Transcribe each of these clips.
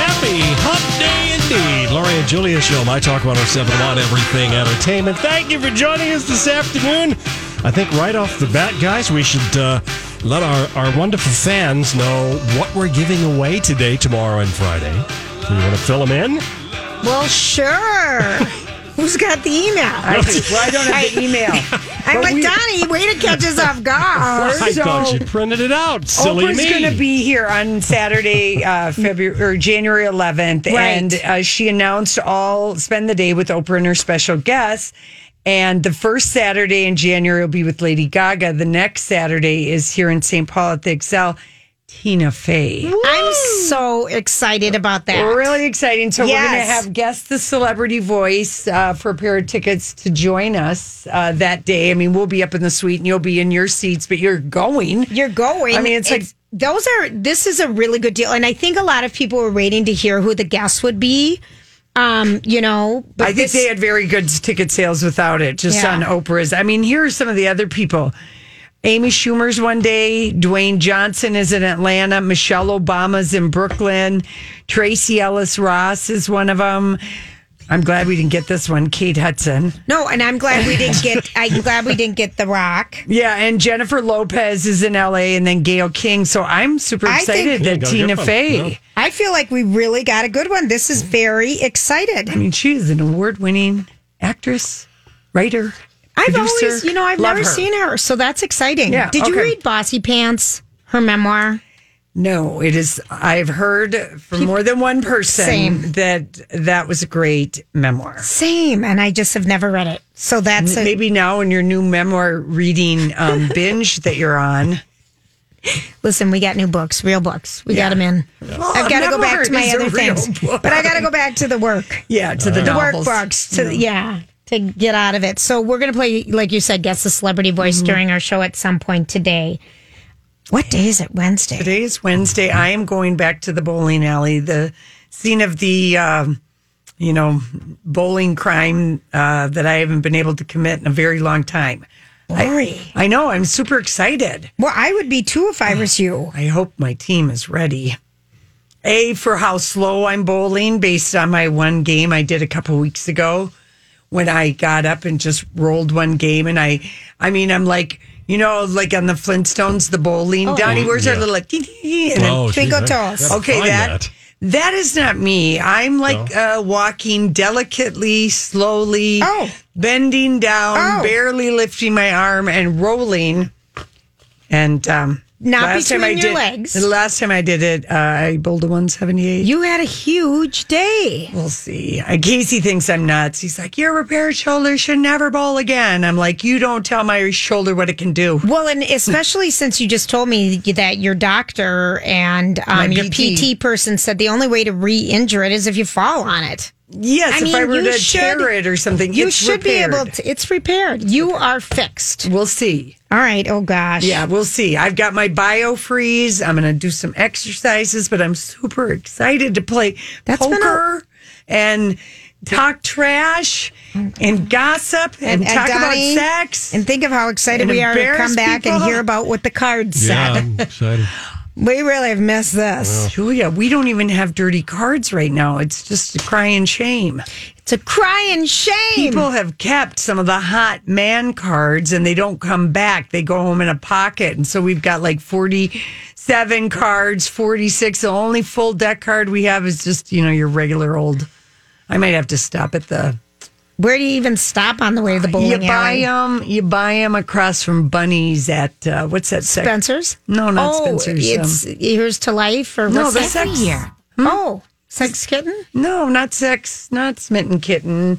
Happy Hump Day indeed. Laurie and Julia Show, My Talk 107 on Everything Entertainment. Thank you for joining us this afternoon. I think right off the bat, guys, we should uh, let our, our wonderful fans know what we're giving away today, tomorrow, and Friday. Do you want to fill them in? Well, sure. Who's got the email? I, Well, I don't have the email. am like, Donnie, way to catch us off guard. I So- thought you printed it out, silly Oprah's me. going to be here on Saturday, uh, February or January 11th, and uh, she announced all spend the day with Oprah and her special guests. And the first Saturday in January will be with Lady Gaga. The next Saturday is here in St. Paul at the Excel, Tina Fey. I'm so excited about that. Really exciting. So we're going to Yes. have guest the celebrity voice uh, for a pair of tickets to join us uh, that day. I mean, we'll be up in the suite and you'll be in your seats, but you're going. You're going. I mean, it's like- those are this is a really good deal, and I think a lot of people were waiting to hear who the guests would be. Um, you know, but I think this- they had very good ticket sales without it, just Yeah. on Oprah's. I mean, here are some of the other people. Amy Schumer's one day, Dwayne Johnson is in Atlanta, Michelle Obama's in Brooklyn, Tracy Ellis Ross is one of them. I'm glad we didn't get this one, Kate Hudson. no, and I'm glad we didn't get. I'm glad we didn't get the Rock. Yeah, and Jennifer Lopez is in LA and then Gail King. So I'm super I excited think- Yeah, that got a Tina good one. Fey. Yeah. I feel like we really got a good one. This is very excited. I mean, she is an award winning actress, writer. I've producer. always, you know, I've Love never her. seen her, so that's exciting. Yeah, Did you okay. read Bossy Pants, her memoir? No, it is. I've heard from more than one person Same. that that was a great memoir. Same, and I just have never read it. So that's a, Maybe now in your new memoir reading um, binge that you're on. Listen, we got new books, real books. We got 'em got them in. I've got to go back to my Memoir is a other real things, book. but I got to go back to the work, Yeah, to the the novels. workbooks, to yeah. to get out of it. So we're gonna play, like you said, guess the celebrity voice during our show at some point today. What day is it? Wednesday. Today is Wednesday. I am going back to the bowling alley, the scene of the, um, you know, bowling crime uh, that I haven't been able to commit in a very long time. Lori. I know. I'm super excited. Well, I would be too if I was you. I hope my team is ready. A for how slow I'm bowling based on my one game I did a couple weeks ago when I got up and just rolled one game and I I mean I'm like you know like on the Flintstones the bowling Donnie where's our Oh. yeah. little like, and then- Oh, geez, Twinkle I toes. gotta okay find that, that is not me I'm like uh, walking delicately slowly Oh. bending down Oh. barely lifting my arm and rolling and um Not between I your did, legs. The last time I did it, uh, I bowled a 178. You had a huge day. We'll see. Uh, Casey thinks I'm nuts. He's like, your repaired shoulder should never bowl again. I'm like, you don't tell my shoulder what it can do. Well, and especially since you just told me that your doctor and um, your PT. PT person said the only way to re-injure it is if you fall on it. Yes, I if mean, I were you to should- tear it or something, You it's should repaired. be able to. It's repaired. You are fixed. We'll see. All right. Oh gosh. Yeah, we'll see. I've got my biofreeze. I'm going to do some exercises, but I'm super excited to play That's been a- poker and talk trash and gossip and, and talk Donnie- about sex. And think of how excited And we are to embarrass come back and people. hear about what the card Yeah, said. I'm excited. We really have missed this. Julia, we don't even have dirty cards right now. It's just a crying shame. It's a crying shame. People have kept some of the hot man cards and they don't come back. They go home in a pocket. And so we've got like 47 cards, 46. The only full deck card we have is just, you know, your regular old. I might have to stop at the Where do you even stop on the way to the bowling You buy alley? them. You buy them across from Bunnies at uh, what's that? sec- Spencer's? No, not oh, Spencer's, um, It's Here's to Life or No, what's the that? sex- Hmm? Oh, Sex Kitten? No, not sex. Not Smitten Kitten.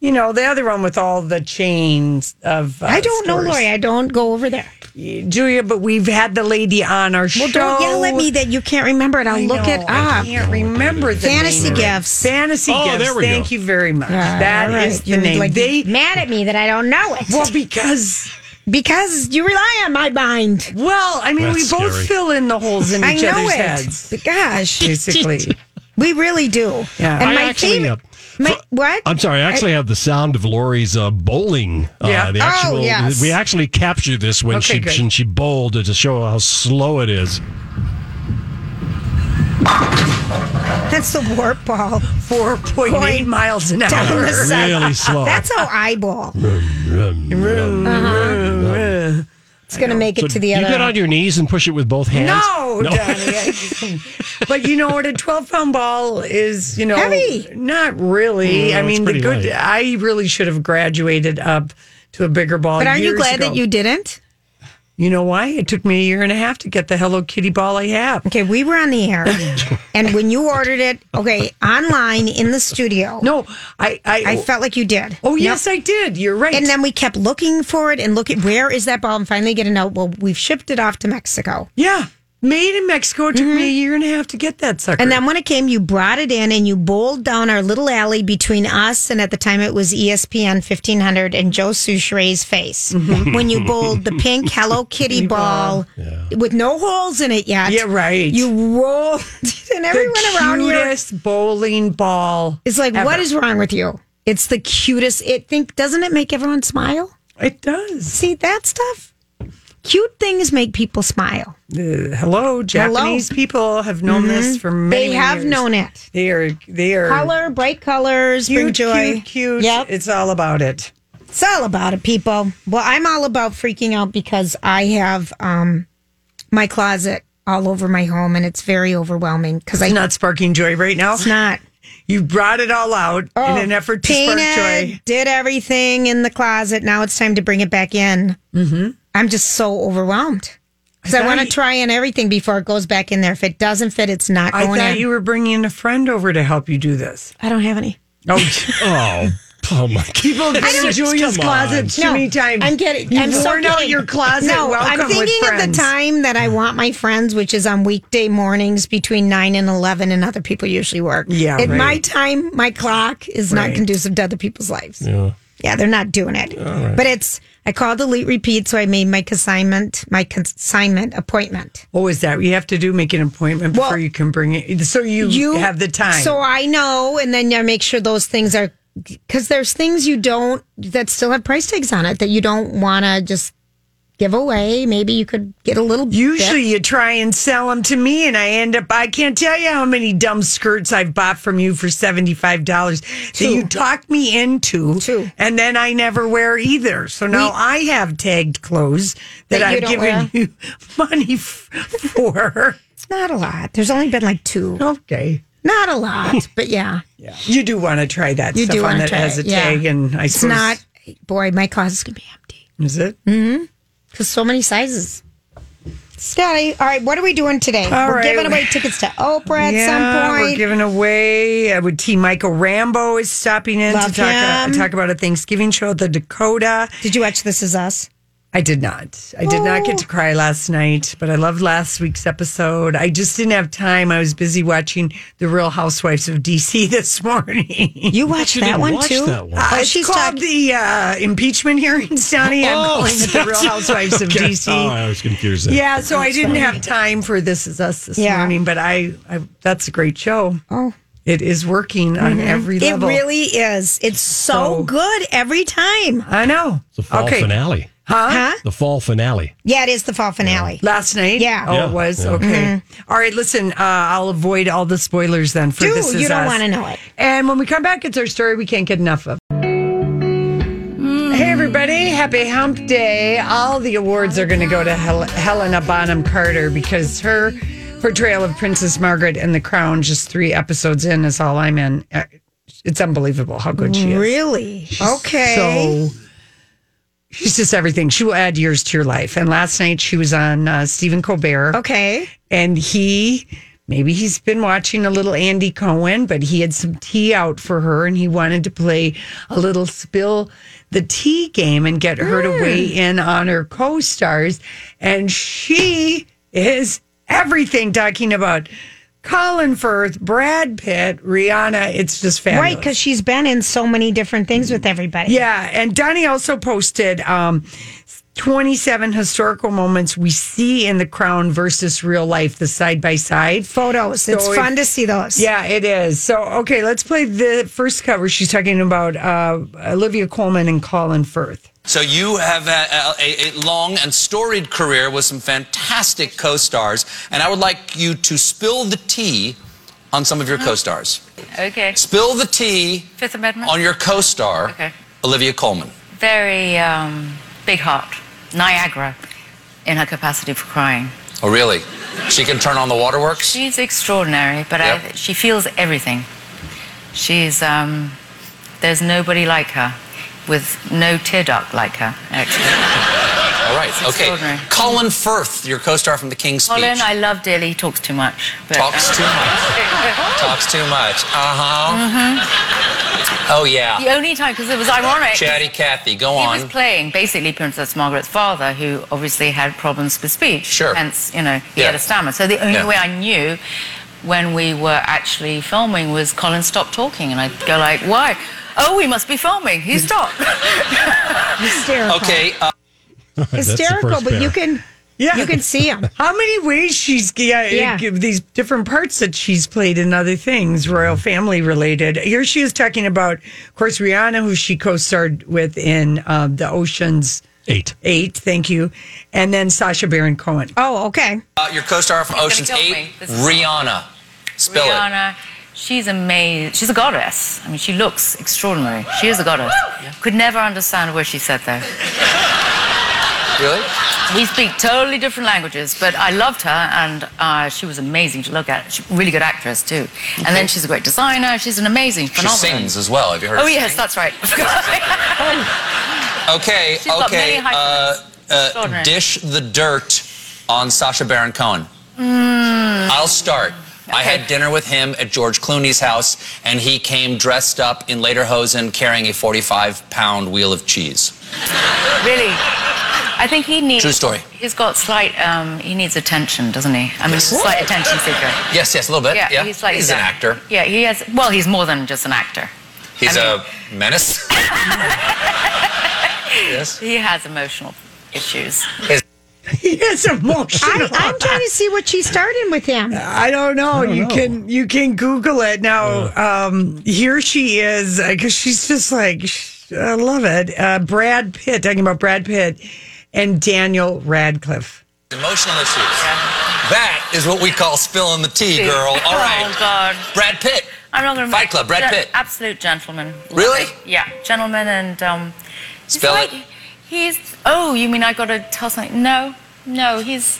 You know the other one with all the chains of. Uh, I don't know, stores. Lori. I don't go over there. Julia, but we've had the lady on our show. Well, don't yell at me that you can't remember it. I'll I look know, it up. I can't remember the Fantasy name of it. gifts. Fantasy Oh, gifts. there we Thank go. you very much. All That is right. the You're, name. like, they mad at me that I don't know it. well because because you rely on my mind. well I mean That's we both scary. fill in the holes in I each know other's it. heads But gosh, basically. we really do. Yeah. And I my actually favorite. have- my, what? I'm sorry. I actually have the sound of Lori's uh, bowling. Uh, Yeah. The Oh, actual, yes. We actually captured this when Okay, she good. when she bowled uh, to show how slow it is. That's the warp ball. Four point eight miles an Down hour. the side. Really slow. That's how I bowl. It's going to make So it to the you other. get on your knees and push it with both hands. No, Donnie. but you know what? A 12 pound ball is, you know, Heavy. Not really. I Mm, it's mean, the pretty good, light. I really should have graduated up to a bigger ball. but aren't you years glad ago. that you didn't? You know why? It took me a year and a half to get the Hello Kitty ball I have. Okay, we were on the air, and when you ordered it, okay, online in the studio, No, I, I, I felt like you did. oh, yes, I did. You're right. And then we kept looking for it and looking, where is that ball? And finally get a note. Well, we've shipped it off to Mexico. yeah, made in Mexico. It took me a year and a half to get that sucker. Mm-hmm. And then when it came, you brought it in and you bowled down our little alley between us and at the time it was E ESPN 1500 and Joe Souchere's face. Mhm. When you bowled the pink Hello Kitty ball with no holes in it yet. Yeah, right. You rolled it and everyone the around you cutest bowling ball. is like, what ever. is wrong with you? It's the cutest. It think doesn't it make everyone smile? It does. See that stuff? Cute things make people smile. Hello, Japanese people have known this for many. Mm-hmm. They have years. known it. They are. They are. Color, bright colors, bring cute, joy. cute, cute. Yep. It's all about it. It's all about it, people. Well, I'm all about freaking out because I have um my closet all over my home and it's very overwhelming because I It's know not sparking joy right now. it's not. You brought it all out in an effort to spark Oh, Painted, joy. did everything in the closet. Now it's time to bring it back in. Mm-hmm. I'm just so overwhelmed because I, thought want to you- try in everything before it goes back in there. If it doesn't fit, it's not I going thought in. you were bringing a friend over to help you do this. I don't have any. Oh. Oh, oh my God. People have been in Julia's come on. closet too many times. I'm getting. You've I'm so worn out kidding. your closet. No, Welcome I'm thinking with of the friends. time that I want my friends, which is on weekday mornings between nine and eleven, and other people usually work. Yeah, at my right. time, my clock is Right. not conducive to other people's lives. Yeah, yeah, they're not doing it. But it's. I called delete repeat, so I made my consignment my consignment appointment. What was Oh, that? You have to do make an appointment Well, before you can bring it. So you, have the time. So I know, and then I make sure those things are because there's things you don't that still have price tags on it that you don't want to just give away. Maybe you could get a little. Usually bit. you try and sell them to me, and I end up, I can't tell you how many dumb skirts I've bought from you for $75 that you talked me into, Two. and then I never wear either. So now I have tagged clothes That that, you I've don't given wear? you money f- for. it's not a lot. There's only been like two. okay. Not a lot, but yeah, You do want to try that You stuff do on wanna that try has a it, yeah. tag, and I it's not. Boy, my closet's gonna be empty Is it? because so many sizes. Scotty, all right, what are we doing today? All we're right. giving away tickets to Oprah at yeah, some We're point. giving away. Uh, with T. Michael Rambo is stopping in Love to talk, uh, him. talk about a Thanksgiving show at the Dakota. Did you watch This Is Us? I did not. I did not get to cry last night, but I loved last week's episode. I just didn't have time. I was busy watching The Real Housewives of DC this morning. You watched you that didn't one watch too? that one. Oh, It's she's called talking. the uh, impeachment hearings, Donnie. I'm Oh, calling it The Real Housewives of Okay. DC. Oh, I was confused. there. Yeah, so I didn't have time for This Is Us this Yeah. morning, but I, I that's a great show. Oh. It is working on every It level. really is. It's so, So- good every time. I know. The fall okay. finale. Huh? The fall finale. Yeah, it is the fall finale. Last night? Yeah. Mm-hmm. Oh, Yeah, it was? yeah. Okay. All right, listen, uh, I'll avoid all the spoilers then for Do This Is you don't Us. want to know it? And when we come back, it's our story we can't get enough of. Mm. Hey, everybody. Happy Hump Day. All the awards are going to go to Hel- Helena Bonham Carter because her portrayal of Princess Margaret and the Crown, just three episodes in, is all I'm in. Uh, It's unbelievable how good she is. Really? Okay. So she's just everything. She will add years to your life. And last night she was on uh, Stephen Colbert. okay. and he maybe he's been watching a little Andy Cohen, but he had some tea out for her and he wanted to play a little spill the tea game and get her to weigh Mm. in on her co-stars and she is everything talking about Colin Firth, Brad Pitt, Rihanna, it's just fabulous. Right, because she's been in so many different things with everybody. Yeah, and Donnie also posted um, 27 historical moments we see in The Crown versus real life, the side by side. Photos. it's So if- fun to see those. Yeah, it is. So, okay, let's play the first cover. She's talking about uh, Olivia Coleman and Colin Firth. So you have had a, a, a long and storied career with some fantastic co-stars, and I would like you to spill the tea on some of your co-stars. Okay. Spill the tea Fifth Amendment. on your co-star, Okay. Olivia Colman. Very um, big heart. Niagara in her capacity for crying. Oh, really? She can turn on the waterworks. She's extraordinary, but I, Yep. she feels everything. She's, um, there's nobody like her with no tear duct like her, actually. All right. It's Okay. extraordinary. Colin Firth, your co-star from The King's Speech. Colin, I love dearly. He talks too much. But, uh, Talks too much. Talks too much. Uh huh. Oh yeah. The only time, because it was ironic. Chatty Cathy, go Mm-hmm. He on. was playing basically Princess Margaret's father, who obviously had problems with speech. Sure. Hence, you know, he Yeah. had a stammer. So the only Yeah. way I knew when we were actually filming was Colin stopped talking, and I'd go like, "Why? Oh, we must be filming. He stopped." Hysterical. okay. Uh, That's the Hysterical, first but pair. you can Yeah. you can see them. How many ways she's yeah, Yeah. give these different parts that she's played in other things, royal family related. Here she is talking about, of course, Rihanna, who she co-starred with in uh, the Ocean's Eight. Eight. Thank you, and then Sasha Baron Cohen. Oh, okay. Uh, your co-star from gonna Ocean's kill Eight, me. This is- Rihanna. Spill it. Rihanna, she's amazing. She's a goddess. I mean, she looks extraordinary. She is a goddess. Could never understand what she said though. Really? We speak totally different languages, but I loved her, and uh, she was amazing to look at. She's a really good actress too. And then she's a great designer. She's an amazing, She phenomenal. sings as well. Have you heard? Oh her yes, sing? that's right. I forgot. Okay. She's got many okay. hyphens. uh, Extraordinary. dish the dirt on Sasha Baron Cohen. I'll start. I Mm. Okay. had dinner with him at George Clooney's house, and he came dressed up in lederhosen carrying a 45 pound wheel of cheese. really. I think he needs. True story. He's got slight. Um, he needs attention, doesn't he? I mean, he's a slight attention seeker. Yes, yes, a little bit. Yeah, Yeah, he's slightly. an that. actor. Yeah, he has. Well, he's more than just an actor. He's I mean- a menace. yes. He has emotional issues. He is emotional. I, I'm trying to see what she started with him. I don't know. don't you know. can you can Google it now. um, here she is because she's just like sh- I love it. Uh, Brad Pitt talking about Brad Pitt and Daniel Radcliffe. Emotional issues. That is what we call spilling the tea, girl. All Oh, right. God. Brad Pitt. I'm not going to Fight Club, Brad Pitt. Absolute gentleman. Love Really? it. Yeah, gentleman and um. he's Spell like- it. He's. Oh, you mean I got to tell something? No, no. He's.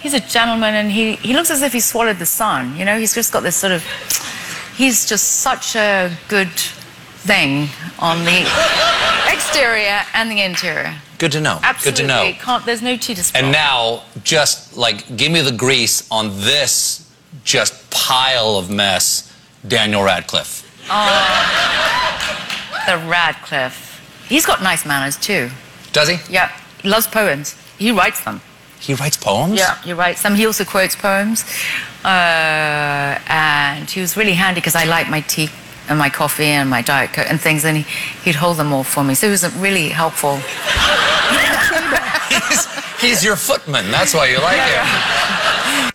He's a gentleman, and he he looks as if he swallowed the sun. You know, he's just got this sort of. He's just such a good thing on the exterior and the interior. Good to know. Absolutely. Good to know. Can't, there's no tea to spill. And now, just like, give me the grease on this just pile of mess, Daniel Radcliffe. the Radcliffe. He's got nice manners too. Does he? Yeah, he loves poems. He writes them. He writes poems? Yeah, he writes them. He also quotes poems. Uh, and he was really handy because I like my tea and my coffee and my diet coke and things, and he, he'd hold them all for me. So he was really helpful. He's, he's your footman. That's why you like him.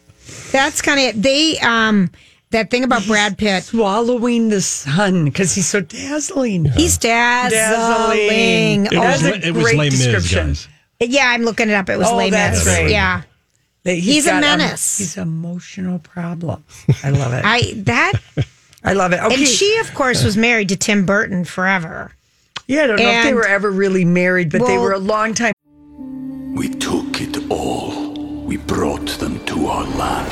That's kind of it. They um that thing about Brad Pitt. Swallowing the sun because he's so dazzling. He's dazzling. Dazzling. It Oh, was, a Le- it was great Les Mis, description. guys. yeah, I'm looking it up. It was Oh, lame. that's right. Yeah. That He's a got, um, menace. he's emotional problem. I love it. I, I that love it. Okay. and she of course was married to Tim Burton forever. yeah, I don't know if they and- were ever really married, but they Well- were a long time. We took it all. We brought them to our land.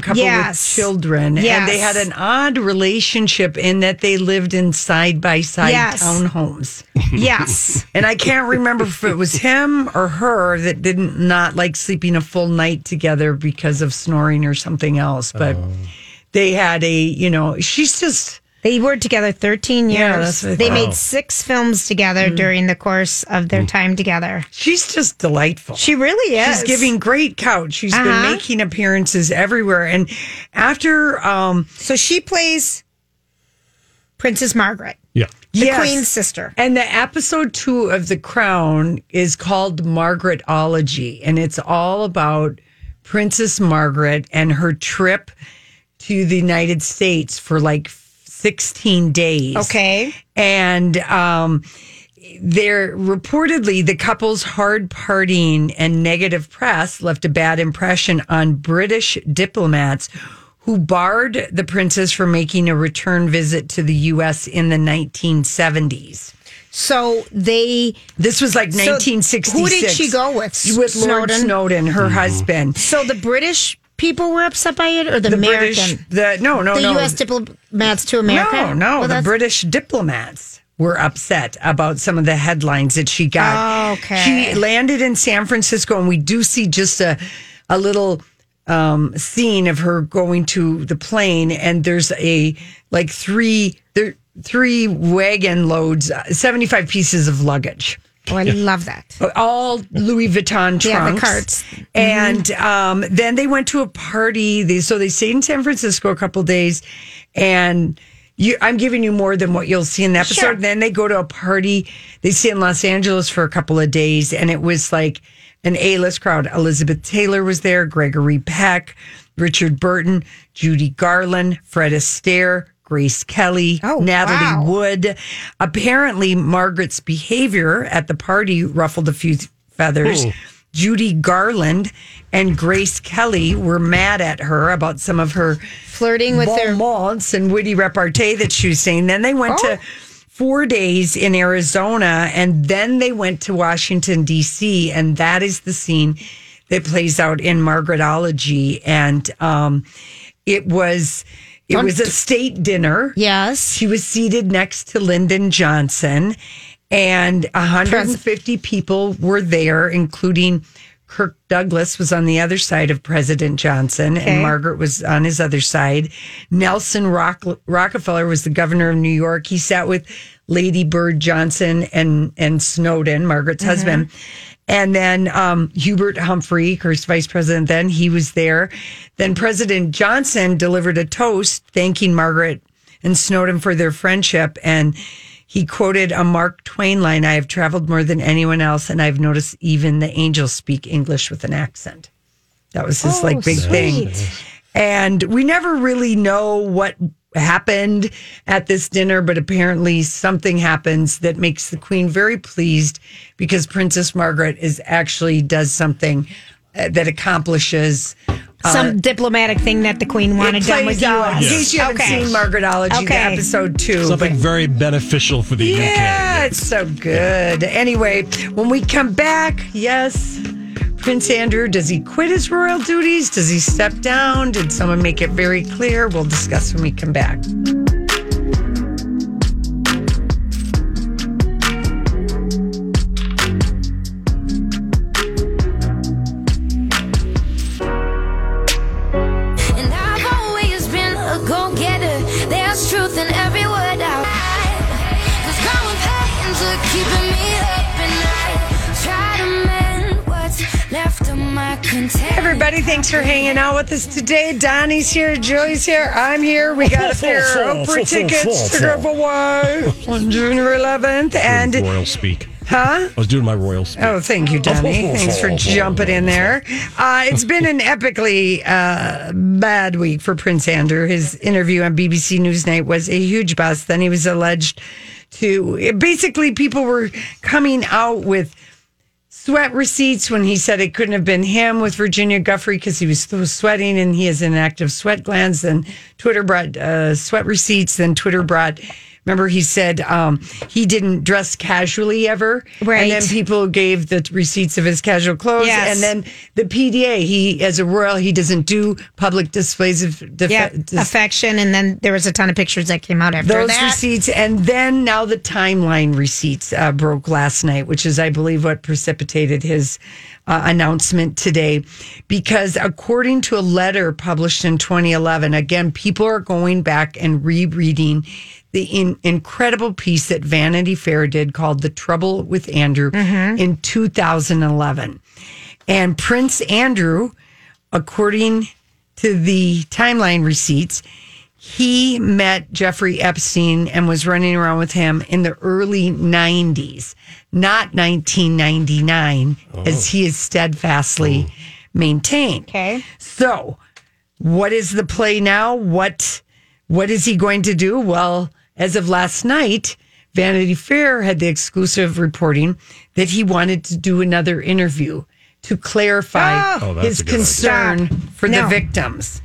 couple Yes. with children, and they Yes. had an odd relationship in that they lived in side by side Yes. townhomes. Yes. And I can't remember if it was him or her that didn't not like sleeping a full night together because of snoring or something else. But they had a, you know, she's just They were together 13 years. Yeah, that's what I they thought. made six films together Mm. during the course of Mm. their time together. she's just delightful. She really is. She's giving great couch. She's Uh-huh. been making appearances everywhere. And after um So she plays Princess Margaret, Yeah. the Yes. Queen's sister. And the episode two of The Crown is called Margaretology, and it's all about Princess Margaret and her trip to the United States for like 16 days. Okay. And um, they're reportedly the couple's hard partying and negative press left a bad impression on British diplomats who barred the princess from making a return visit to the U.S. in the 1970s. So they This was like So 1966. who did she go with? With Lord Snowden? Snowden, her husband. so the British people were upset by it or the, American? British, the no, no, the no, US diplomats to America? no, no, Well, the that's- British diplomats were upset about some of the headlines that she got. Oh, Okay. she landed in San Francisco, and we do see just a a little um, scene of her going to the plane, and there's a like three there three wagon loads, seventy five pieces of luggage. Oh, I love that. all Louis Vuitton trunks. Yeah, the carts. And um, then they went to a party. They, so they stayed in San Francisco a couple days, and you, I'm giving you more than what you'll see in the episode. Sure. Then they go to a party. They stay in Los Angeles for a couple of days, and it was like an A-list crowd. Elizabeth Taylor was there, Gregory Peck, Richard Burton, Judy Garland, Fred Astaire. Grace Kelly, Oh, wow. Natalie Wood. Apparently, Margaret's behavior at the party ruffled a few feathers. Judy Garland and Grace Kelly were mad at her about some of her Flirting with their bonbons and witty repartee that she was saying. Then they went Oh. to four days in Arizona and then they went to Washington, D.C. And that is the scene that plays out in Margaretology. And um, it was. It was a state dinner. Yes. She was seated next to Lyndon Johnson, and 150 people were there, including Kirk Douglas was on the other side of President Johnson, and Margaret was on his other side. Nelson Rock- Rockefeller was the governor of New York. He sat with Lady Bird Johnson and and Snowden, Margaret's husband. And then um, Hubert Humphrey, Kirk's vice president, then he was there. Then President Johnson delivered a toast thanking Margaret and Snowden for their friendship. And he quoted a Mark Twain line I have traveled more than anyone else, and I've noticed even the angels speak English with an accent. That was his like big thing. And we never really know what happened at this dinner, but apparently something happens that makes the queen very pleased because Princess Margaret is actually does something uh, that accomplishes Some diplomatic thing that the Queen wanted done with Uh, plays the out. US. In case you haven't Okay. seen Margaretology, the Okay. episode two. Something very beneficial for the UK. Yeah, it's so good. Anyway, when we come back, yes, Prince Andrew, does he quit his royal duties? Does he step down? Did someone make it very clear? We'll discuss when we come back. And I've always been a go getter. There's truth in every word I write. There's growing pains are keeping me Everybody, thanks for hanging out with us today. Donnie's here, Joey's here, I'm here. We got a pair of Oprah tickets to give away on June 11th. And, royal speak. huh? I was doing my royal speak. Oh, thank you, Donnie. Thanks for jumping in there. Uh, it's been an epically uh, bad week for Prince Andrew. His interview on BBC Newsnight was a huge bust. Then he was alleged to basically people were coming out with sweat receipts when he said it couldn't have been him with Virginia Guffrey because he was still sweating and he has inactive sweat glands. Then Twitter brought uh, sweat receipts. Then Twitter brought. Remember, he said um, he didn't dress casually ever, Right. And then people gave the receipts of his casual clothes, Yes. and then the PDA. He, as a royal, he doesn't do public displays of def- yeah, dis- affection, and then there was a ton of pictures that came out after those that. receipts and then now the timeline receipts uh, broke last night which is i believe what precipitated his uh, announcement today because according to a letter published in 2011 again people are going back and rereading the in- incredible piece that vanity fair did called the trouble with andrew Mm-hmm. in 2011 and prince andrew according to the timeline receipts he met Jeffrey Epstein and was running around with him in the early 90s, not 1999, as he is steadfastly maintained. Okay. So, what is the play now? What what is he going to do? Well, as of last night, Vanity Fair had the exclusive reporting that he wanted to do another interview to clarify Oh, that's his a good idea. concern for Ah! No. the victims.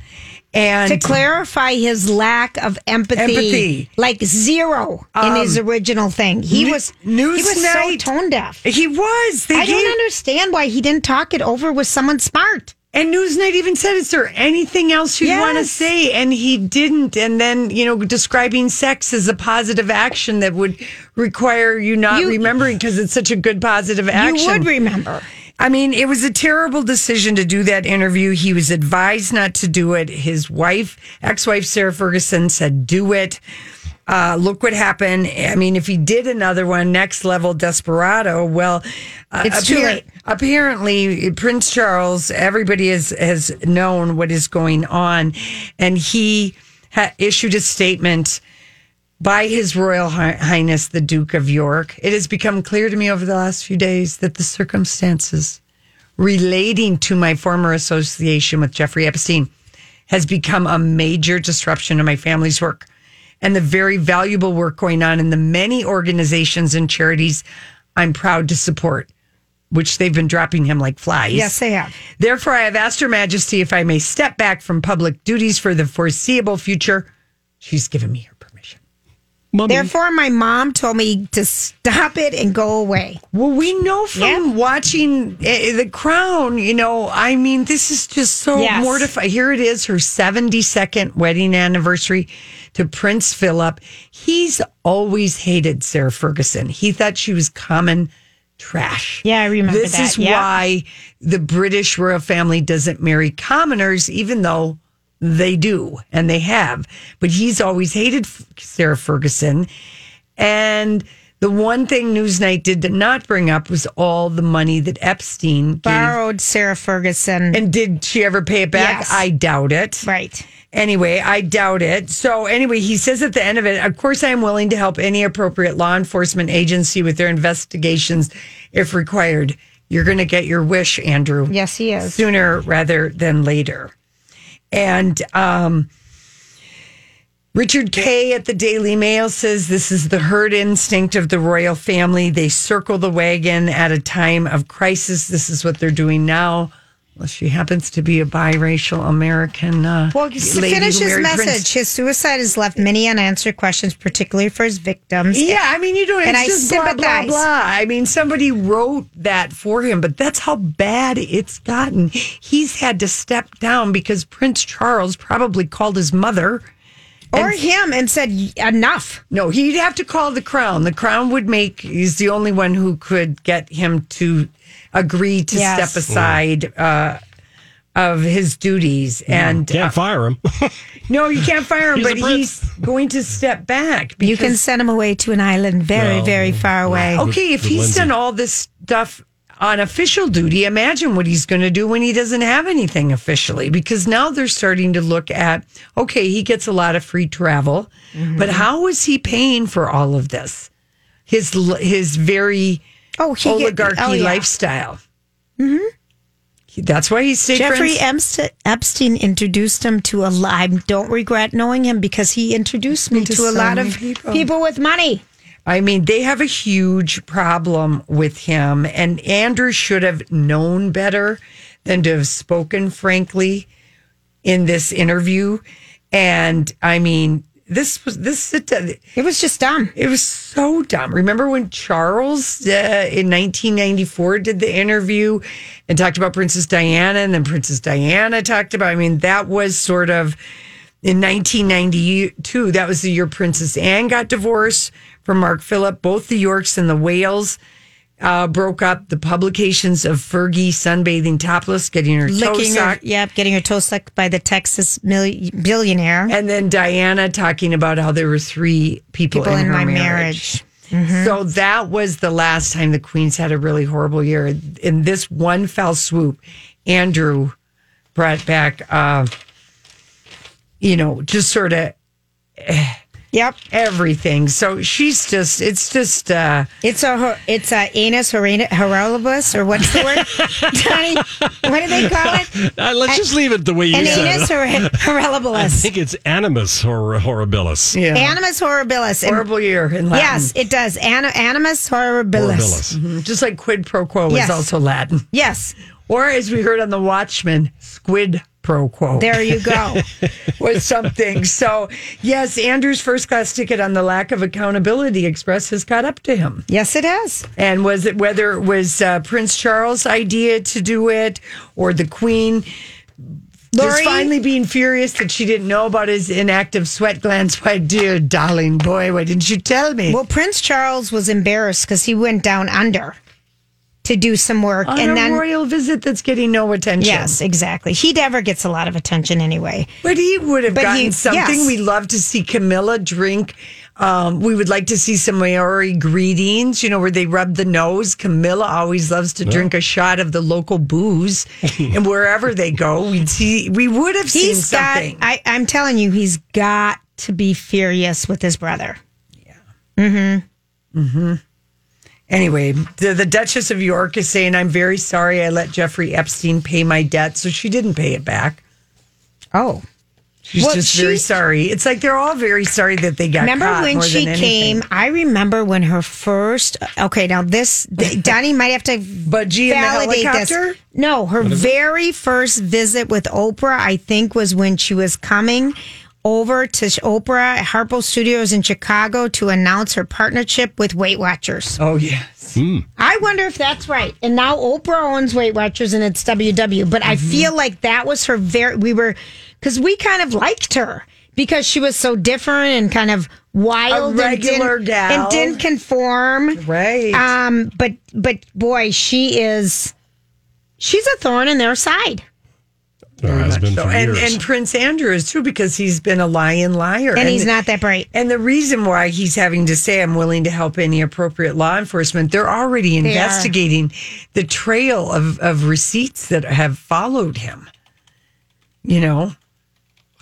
And to clarify his lack of empathy, Empathy. Um, like zero in his original thing. He New- was Newsnight. he was so tone deaf. He was. They I gave- don't understand why he didn't talk it over with someone smart. And Newsnight even said, "Is there anything else you want to Yes. say?" And he didn't. And then you know, describing sex as a positive action that would require you not You- remembering because it's such a good positive action. You would remember. I mean, it was a terrible decision to do that interview. He was advised not to do it. His wife, ex wife Sarah Ferguson, said, Do it. Uh, look what happened. I mean, if he did another one, next level desperado. Well, uh, It's too late. Apparently, Prince Charles, everybody has has known what is going on, and he ha- issued a statement by His Royal Hi- Highness the Duke of York, it has become clear to me over the last few days that the circumstances relating to my former association with Jeffrey Epstein has become a major disruption to my family's work and the very valuable work going on in the many organizations and charities I'm proud to support, which they've been dropping him like flies. Yes, they have. Therefore, I have asked Her Majesty if I may step back from public duties for the foreseeable future. She's given me her permission. Mummy. Therefore, my mom told me to stop it and go away. Well, we know from Yeah. watching uh, The Crown, you know, I mean, this is just so Yes. mortifying. Here it is, her 72nd wedding anniversary to Prince Philip. He's always hated Sarah Ferguson. He thought she was common trash. Yeah, I remember This that. is Yeah. why the British royal family doesn't marry commoners, even though they do and they have. But he's always hated F- Sarah Ferguson. And the one thing Newsnight did not bring up was all the money that Epstein gave. Borrowed Sarah Ferguson. And did she ever pay it back? Yes. I doubt it. right. Anyway, I doubt it. So, anyway, he says at the end of it, of course, I am willing to help any appropriate law enforcement agency with their investigations if required. You're going to get your wish, Andrew Yes, he is. sooner rather than later. And um, Richard Kay at the Daily Mail says this is the herd instinct of the royal family. They circle the wagon at a time of crisis. This is what they're doing now. Unless she happens to be a biracial American. Uh, Well, to lady finish who his married message, Prince- his suicide has left many unanswered questions, particularly for his victims. Yeah, I mean, you don't. And it's I just blah blah sympathize. blah. I mean, somebody wrote that for him, but that's how bad it's gotten. He's had to step down because Prince Charles probably called his mother. Or him and said, enough. No, he'd have to call the crown. The crown would make. He's the only one who could get him to agree to Yes. step aside. Uh, of his duties, and uh, Can't fire him. no, you can't fire him, He's a but prince. he's going to step back. You can send him away to an island very, Well, very far away. With- okay, if with he's Lindsay. done all this stuff on official duty, imagine what he's going to do when he doesn't have anything officially. Because now they're starting to look at okay, he gets a lot of free travel, Mm-hmm. but how is he paying for all of this? His l- his very Oh, he get- oligarchy oh, yeah. Mm-hmm. lifestyle. He- That's why he stayed Jeffrey friends. Epste- Epstein introduced him to a lot. I don't regret knowing him because he introduced me to, to a so lot many of people. people. with money. I mean, they have a huge problem with him, and Andrew should have known better than to have spoken frankly in this interview. And I mean, this was this it It was just dumb. was so dumb. Remember when Charles uh, in 1994 did the interview and talked about Princess Diana, and then Princess Diana talked about. I mean, that was sort of in 1992, that was the year Princess Anne got divorced from Mark Phillip. Both the Yorks and the Wales uh, broke up. The publications of Fergie sunbathing topless, getting her toe Licking her, sucked, yep, getting her toe sucked by the Texas mil- billionaire. and then Diana talking about how there were three people, People in in, her my marriage. So that was the last time the Queens had a really horrible year. In this one fell swoop, Andrew brought back, uh, you know, just sort of Yep, everything. So she's just, it's just, uh, it's a hor- it's a anus horrena- horolibus or what's the word, Johnny? What do they call it? Uh, let's just leave it the way you An said anus it. hor- I horribilis. think it's animus hor- horribilis. yeah, Animus horribilis. And- horrible year in Latin. Mm-hmm. yes, it does. An- animus horribilis. Horribilis. Just like quid pro quo Yes. is also Latin. Yes, Or as we heard on The Watchmen, squid pro quo. there you go. was something. So, yes, Andrew's first class ticket on the lack of accountability express has caught up to him. yes, it has. And was it whether it was uh, Prince Charles' idea to do it or the Queen just Lori, finally being furious that she didn't know about his inactive sweat glands? Why, dear darling boy, why didn't you tell me? Well, Prince Charles was embarrassed because he went down under to do some work, on a and then royal visit that's getting no attention. yes, exactly. He never gets a lot of attention anyway. But he would have But gotten he- something. yes. We love to see Camilla drink. Um, we would like to see some Maori greetings, you know, where they rub the nose. Camilla always loves to drink a shot of the local booze, and wherever they go, we'd see. We would have seen He's got. something. I, I'm telling you, he's got to be furious with his brother. Anyway, the, the Duchess of York is saying, "I'm very sorry. I let Jeffrey Epstein pay my debt, so she didn't pay it back. Oh, She's Well, just very she- sorry. It's like they're all very sorry that they got. remember caught when more than she anything. came? I remember when her first. Okay, now this Donnie might have to Budgie in the validate helicopter? this. No, her very first visit with Oprah, I think, was when she was coming over to Oprah at Harpo Studios in Chicago to announce her partnership with Weight Watchers. Oh yes, I wonder if that's right. And now Oprah owns Weight Watchers and it's WW. But I feel like that was her very, we were, because we kind of liked her because she was so different and kind of wild regular and, didn't, gal. and didn't conform. right. Um, but, but boy, she is, she's a thorn in their side. There Uh, has been So, for and, years. and Prince Andrew is too because he's been a lying liar, And, he's not that bright. And the reason why he's having to say, "I'm willing to help any appropriate law enforcement," they're already are. investigating the trail of of receipts that have followed him. You know,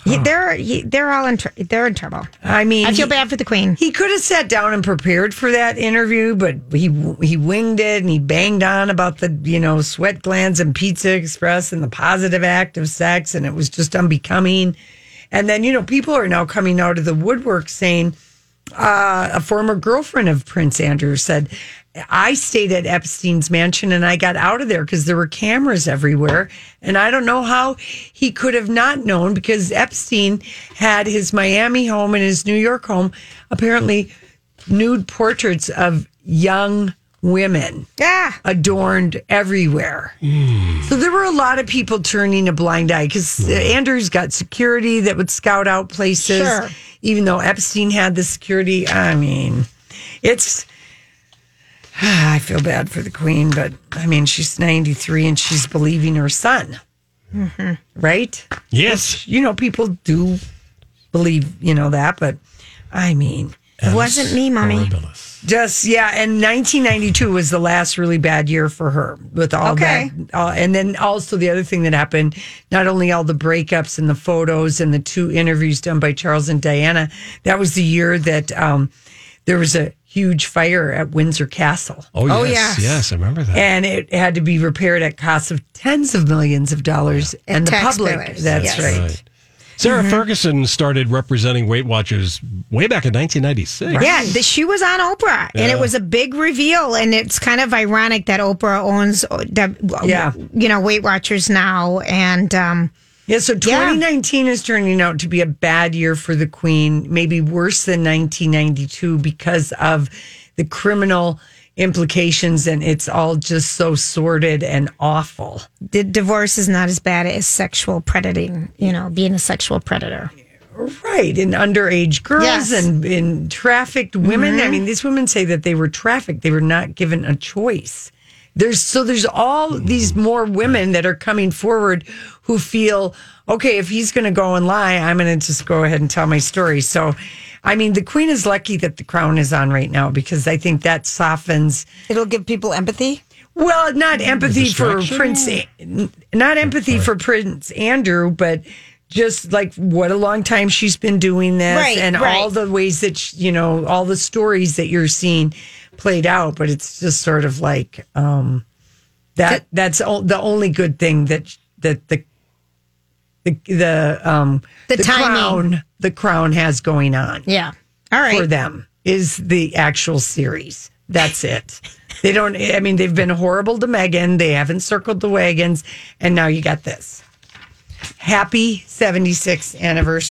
He- they're, he- they're all in, tr- they're in trouble. I mean, I feel Oh. he- bad for the queen. He could have sat down and prepared for that interview, but he he winged it and he banged on about the you know sweat glands and Pizza Express and the positive act of sex, and it was just unbecoming. And then you know people are now coming out of the woodwork saying uh, a former girlfriend of Prince Andrew said. I stayed at Epstein's mansion and I got out of there because there were cameras everywhere. And I don't know how he could have not known because Epstein had his Miami home and his New York home apparently nude portraits of young women Yeah. adorned everywhere. So there were a lot of people turning a blind eye because Andrews got security that would scout out places, Sure. even though Epstein had the security. I mean, it's. I feel bad for the queen, but I mean, she's 93 and she's believing her son. Mm-hmm. Right? yes. You know, people do believe, you know, that, but I mean, It wasn't me, mommy. Just yeah, and 1992 was the last really bad year for her with all Okay. that, uh, and then also the other thing that happened, not only all the breakups and the photos and the two interviews done by Charles and Diana, that was the year that um, there was a huge fire at Windsor Castle, Oh, yes, Oh, yes. yes. I remember that. and it had to be repaired at cost of tens of millions of dollars, and the public. Taxpayers, That's yes. Mm-hmm. right. Sarah Ferguson started representing Weight Watchers way back in 1996. Yeah, the, she was on Oprah, and Yeah. it was a big reveal. And it's kind of ironic that Oprah owns, uh, the, Yeah. you know, Weight Watchers now, and um, Yeah, so 2019 is turning out to be a bad year for the Queen, maybe worse than 1992 because of the criminal implications, and it's all just so sordid and awful. the divorce is not as bad as sexual predating. You know, being a sexual predator. Right, and underage girls Yes. and, and trafficked women. I mean, these women say that they were trafficked; they were not given a choice. There's so there's all these more women that are coming forward who feel okay if he's going to go and lie, I'm going to just go ahead and tell my story. So, I mean, the queen is lucky that the crown is on right now because I think that softens. It'll give people empathy. Well, not empathy for Prince, not empathy for Prince Andrew, but just like what a long time she's been doing this, Right, and right. all the ways that sh you know, all the stories that you're seeing played out. But it's just sort of like um, that. That's o- the only good thing that that the the the um The timing. crown the crown has going on Yeah. All right. for them is the actual series. That's it. They don't, I mean, they've been horrible to Megan. They haven't circled the wagons. And now you got this. Happy 76th anniversary.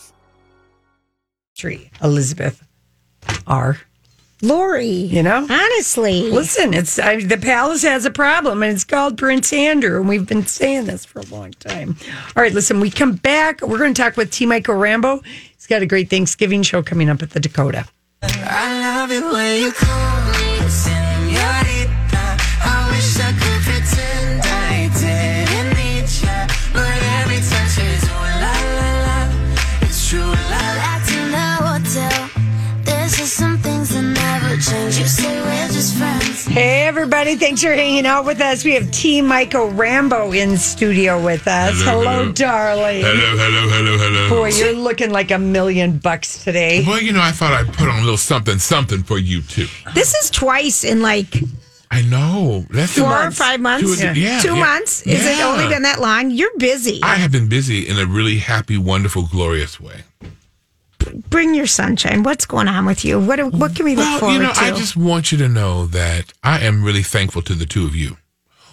Elizabeth R. Lori. You know? honestly, Listen, it's I, the palace has a problem, and it's called Prince Andrew, and we've been saying this for a long time. All right, listen, we come back. We're going to talk with T. Michael Rambo. He's got a great Thanksgiving show coming up at the Dakota. Hey, everybody. Thanks for hanging out with us. We have T. Michael Rambo in studio with us. Hello, darling. Hello, hello, hello, hello. Boy, you're looking like a million bucks today. Well, you know, I thought I'd put on a little something, something for you too. this is twice in like I know. That's four or five months. Two, yeah. yeah, Two yeah. months. Is it Yeah. only been that long? You're busy. I have been busy in a really happy, wonderful, glorious way. Bring your sunshine. What's going on with you? What what can we look Well, forward you know, to? I just want you to know that I am really thankful to the two of you.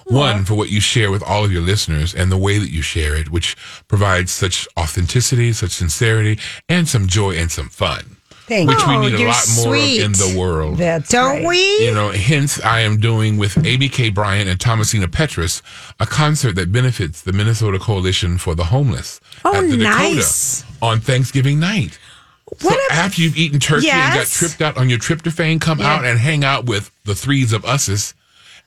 One, for what you share with all of your listeners and the way that you share it, which provides such authenticity, such sincerity, and some joy and some fun. Thank which you. we Oh, need a you're lot more of in sweet. the world. That's Don't we? You know, hence I am doing with ABK Bryant and Thomasina Petrus a concert that benefits the Minnesota Coalition for the Homeless Oh, at the nice. Dakota on Thanksgiving night. So What a- after you've eaten turkey and got Yes. tripped out on your tryptophan, come out and hang out with the threes of us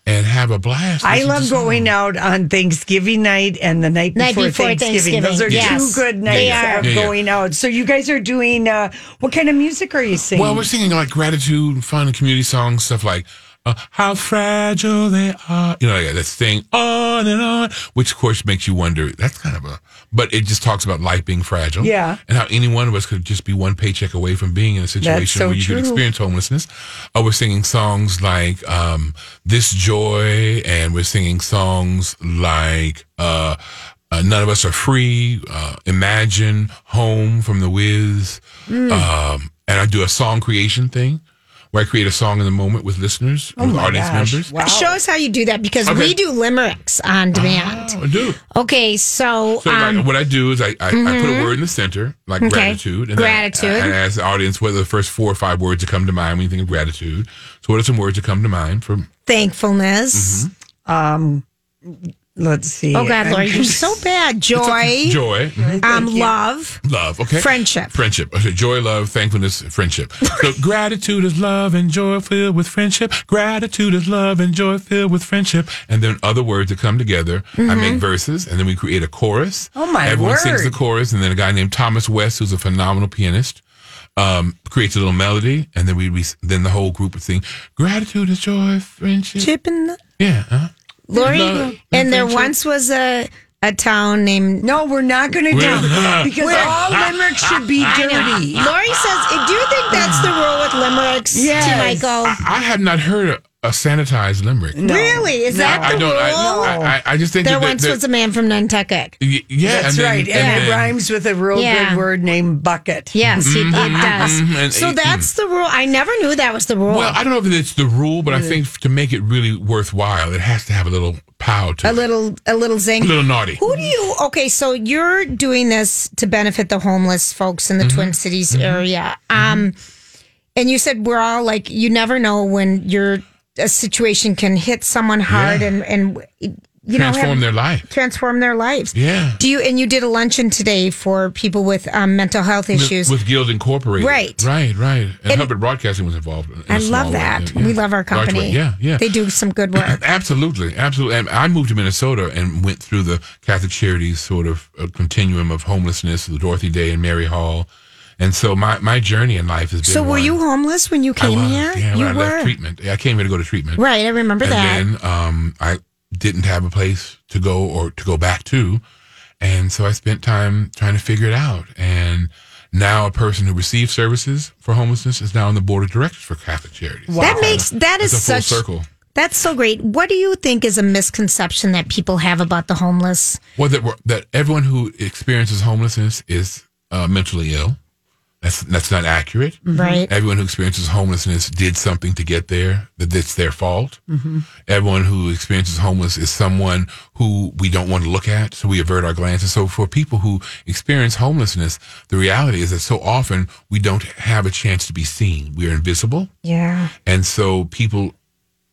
and have a blast. I Listen to love some- going out on Thanksgiving night and the night before, Night before Thanksgiving. Thanksgiving, Those are yes. two good They nights are. of Yeah, yeah. going out. So you guys are doing uh, what kind of music are you singing? Well, Oh, we're singing like gratitude and fun and community songs, stuff like uh, "How fragile they are," you know, like that thing on and on, which of course makes you wonder. That's kind of a, but it just talks about life being fragile, Yeah. and how any one of us could just be one paycheck away from being in a situation so where you true. could experience homelessness. Uh, we're singing songs like um, "This Joy," and we're singing songs like. Uh, uh, None of us are free. Uh, Imagine home from the Wiz, um, and I do a song creation thing where I create a song in the moment with listeners, Oh with my audience gosh. members. Show us how you do that because Okay. Ah, we do limericks on demand. I do. Okay, so, So um, like, what I do is I, I, I put mhm. a word in the center, like Okay. gratitude. then I- Gratitude. I, I ask the audience what are the first four or five words that come to mind when you think of Mm-hmm. gratitude. So what are some words that come to mind from Mm-hmm. thankfulness. Um, let's see. Oh God, Lori, you're so bad. Joy, joy, mhm. um, love. love, okay? Friendship. Friendship. Okay, joy, love, thankfulness, friendship. So gratitude is love and joy filled with friendship. Gratitude is love and joy filled with friendship. And then other words that come together. I Mhm. Mm-hmm. make verses and then we create a chorus. Oh, my Everyone sings the word. chorus and then a guy named Thomas West, who's a phenomenal pianist, um, creates a little melody and then we, we then the whole group would sing gratitude is joy, friendship. Chip and Yeah. huh? Lori, Love and there once was a a town named. No, we're not going do that because all limericks should be dirty. Lori says, eh, "Do you think that's the rule with limericks, T. Yes. Michael?" I, I have not heard a, a sanitized limerick. No. Really? Is that I the don't, I- rule? I, I, I just think there that- once that- was a man from Nantucket. Y- Yeah, That's and then- right. And, and it then- rhymes with a real Yeah. good word named bucket. Yes, it, it does. mhm, and- so mhm. that's the rule. I never knew that was the rule. Well, I don't know if it's the rule, but I Mm. think to make it really worthwhile, it has to have a little pow to a little, a little it, zing. a little naughty. Who do you? Okay, so you're doing this to benefit the homeless folks in the Mm-hmm. Twin Cities area. Um, and you said we're all like, you never know when your a situation can hit someone hard Yeah. and and you know Transform their life. transform their lives. Yeah. Do you? And you did a luncheon today for people with um, mental health issues. With, with Guild Incorporated. Right. Right, right. And, And- Hubbard Broadcasting was involved. in a I small love way. that. Yeah, We yeah. love our Large way. company. Yeah, yeah. They do some good work. Absolutely, absolutely. And I moved to Minnesota and went through the Catholic Charities sort of uh continuum of homelessness, the Dorothy Day and Mary Hall, and so my, my journey in life has been. so were one- you homeless when you I came was, here? Yeah, you when I were. left treatment, I came here to go to treatment. Right, I remember and that. then um, I didn't have a place to go or to go back to, and so I spent time trying to figure it out. And now, a person who receives services for homelessness is now on the board of directors for Catholic Charities. That makes that It's is a full such circle. That's so great. What do you think is a misconception that people have about the homeless? Well, that we're- that everyone who experiences homelessness is uh, mentally ill. That's that's not accurate. Right. Mm-hmm. Everyone who experiences homelessness did something to get there. That it's their fault. Everyone who experiences homeless is someone who we don't want to look at, so we avert our glances. So for people who experience homelessness, the reality is that so often we don't have a chance to be seen. We are invisible. Yeah. And so people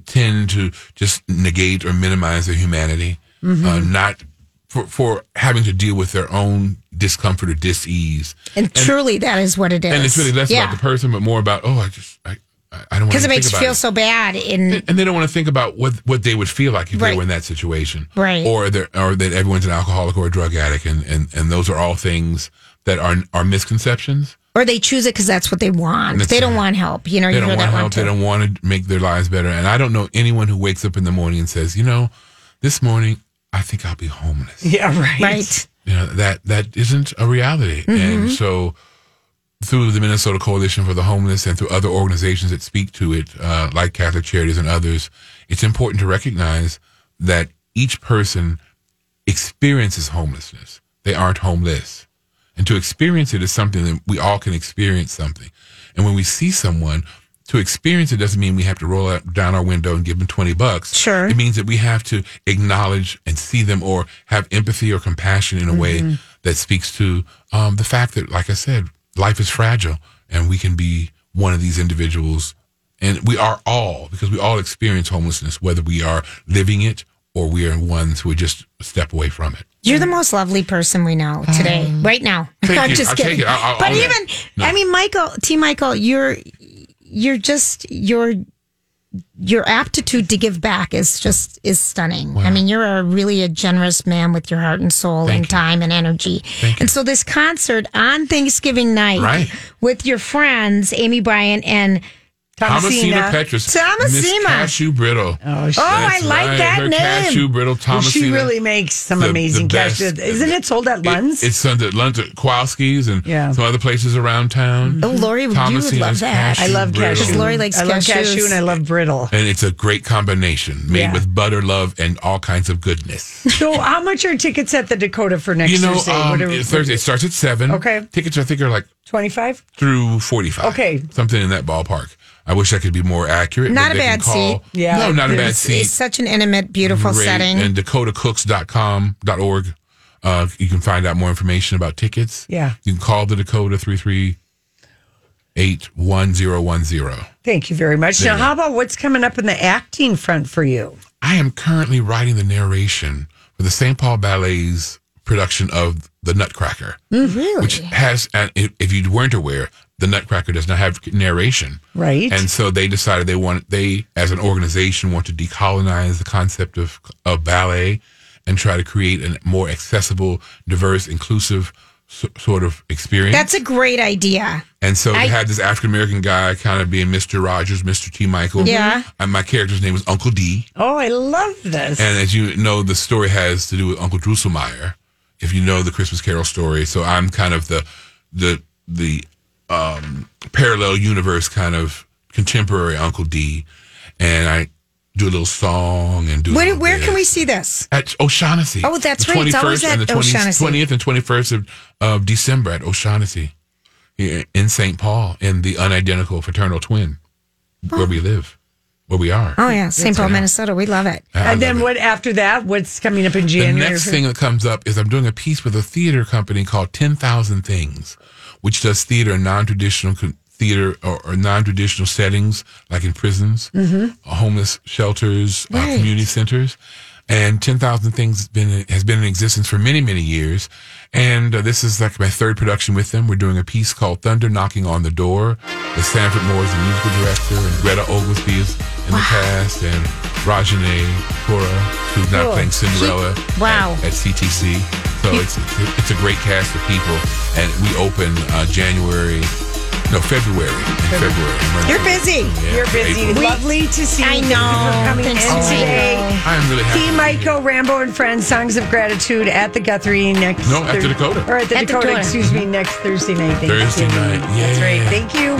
tend to just negate or minimize their humanity, Mhm. uh, not for, for having to deal with their own discomfort or dis-ease. And, truly, that is what it is. And it's really less yeah. about the person, but more about, oh, I just, I, I I don't want to Because it think makes you about feel it. so bad. In And they don't want to think about what, what they would feel like if Right. they were in that situation. Right. Or, they're- or that everyone's an alcoholic or a drug addict. And, and, and those are all things that are, are misconceptions. or they choose it because that's what they want. That's they don't right. want help. You know, they you don't hear want that one help. They too. don't want to make their lives better. And I don't know anyone who wakes up in the morning and says, you know, this morning I think I'll be homeless. Yeah, right. Right. You know that that isn't a reality. And Mhm. so, through the Minnesota Coalition for the Homeless and through other organizations that speak to it, uh, like Catholic Charities and others, it's important to recognize that each person experiences homelessness. They aren't homeless. And to experience it is something that we all can experience something. And when we see someone, to experience it doesn't mean we have to roll out, down our window and give them 20 bucks. Sure. It means that we have to acknowledge and see them or have empathy or compassion in a way Mm-hmm. Mhm. that speaks to um, the fact that, like I said, life is fragile and we can be one of these individuals. And we are all, because we all experience homelessness, whether we are living it or we are ones who are just a step away from it. You're the most lovely person we know today, right now. Um, Thank I'm you. just I'll take kidding. it. I'll- I'll but own it. even, I mean, Michael, T. Michael, you're, you're just, your, your aptitude to give back is just is stunning. I mean, you're a really a generous man with your heart and soul and time and energy. and so this concert on Thanksgiving night Right. with your friends Amy Bryant and Thomasina Petrus. Miss Thomasina. Cashew Brittle. Oh, shit. Oh, I like that Her name. Cashew Brittle Well, Thomasina. she really makes some the- the amazing cash. best. Isn't it sold at Lund's? It's sent at Lunch at Kowalski's and some other places around town. Oh, Lori, you would love Thomasina's that. Cashew Brittle. Because Lori likes I love cashew and I love brittle. And it's a great combination made Yeah. with butter, love, and all kinds of goodness. so, how much are tickets at the Dakota for next you know, Thursday? um, What are- Thursday it starts at seven. Okay. Tickets I think are like 25? through forty-five. Okay. something in that ballpark. I wish I could be more accurate. Not but a they can bad call- seat. Yeah. No, not a bad It's- seat. It's such an intimate, beautiful Great. setting. And dakotacooks.com.org. Uh, you can find out more information about tickets. Yeah. You can call the Dakota 338-1010. Thank you very much. There Now, you go. how about what's coming up in the acting front for you? I am currently writing the narration for the St. Paul Ballet's production of The Nutcracker. really? Which has, and if if you weren't aware, The Nutcracker does not have narration. Right. And so they decided they want they as an organization want to decolonize the concept of of ballet and try to create a more accessible, diverse, inclusive so, sort of experience. That's a great idea. and so I- they had this African American guy kind of being Mr. Rogers, Mr. T. Michael. Yeah. And my character's name is Uncle D. Oh, I love this. And as you know, the story has to do with Uncle Drusselmeyer. If you know the Christmas Carol story, so I'm kind of the the the um, parallel universe kind of contemporary Uncle D, and I do a little song and do. a Where, little where bit. can we see this? At O'Shaughnessy. Oh, that's the right. It's always 21st and at the 20 O'Shaughnessy. 20th and 21st of, of December at O'Shaughnessy here in St. Paul in the unidentical fraternal twin where we live, where we are. Oh yeah, St. Paul, Minnesota. We love it. I and then love it. what after that? What's coming up in The January? next thing that comes up is I'm doing a piece with a theater company called 10,000 Things, which does theater in non traditional theater or, or non traditional settings, like in prisons, Mm-hmm. homeless shelters, uh, Right. community centers. And 10,000 Things has been, has been in existence for many, many years. And uh, this is like my third production with them. We're doing a piece called Thunder Knocking on the Door. The Sanford Moore is the musical director, and Greta Oglesby is in the cast, and Rajane Kora, who's now Cool. playing Cinderella Wow. at CTC. So He- it's it's a great cast of people, and we open uh, January, no February, in February. You're busy. Yeah, You're busy. April. Lovely to see I you. know. Thank you for coming Thanks in for being today. here. I am really happy. T. Michael, Rambo and Friends, Songs of Gratitude at the Guthrie next No, at the Dakota. Or at the At the Dakota, Dakota. excuse me, next Thursday night. Thank Thursday you. night. That's right. Yeah. Thank you.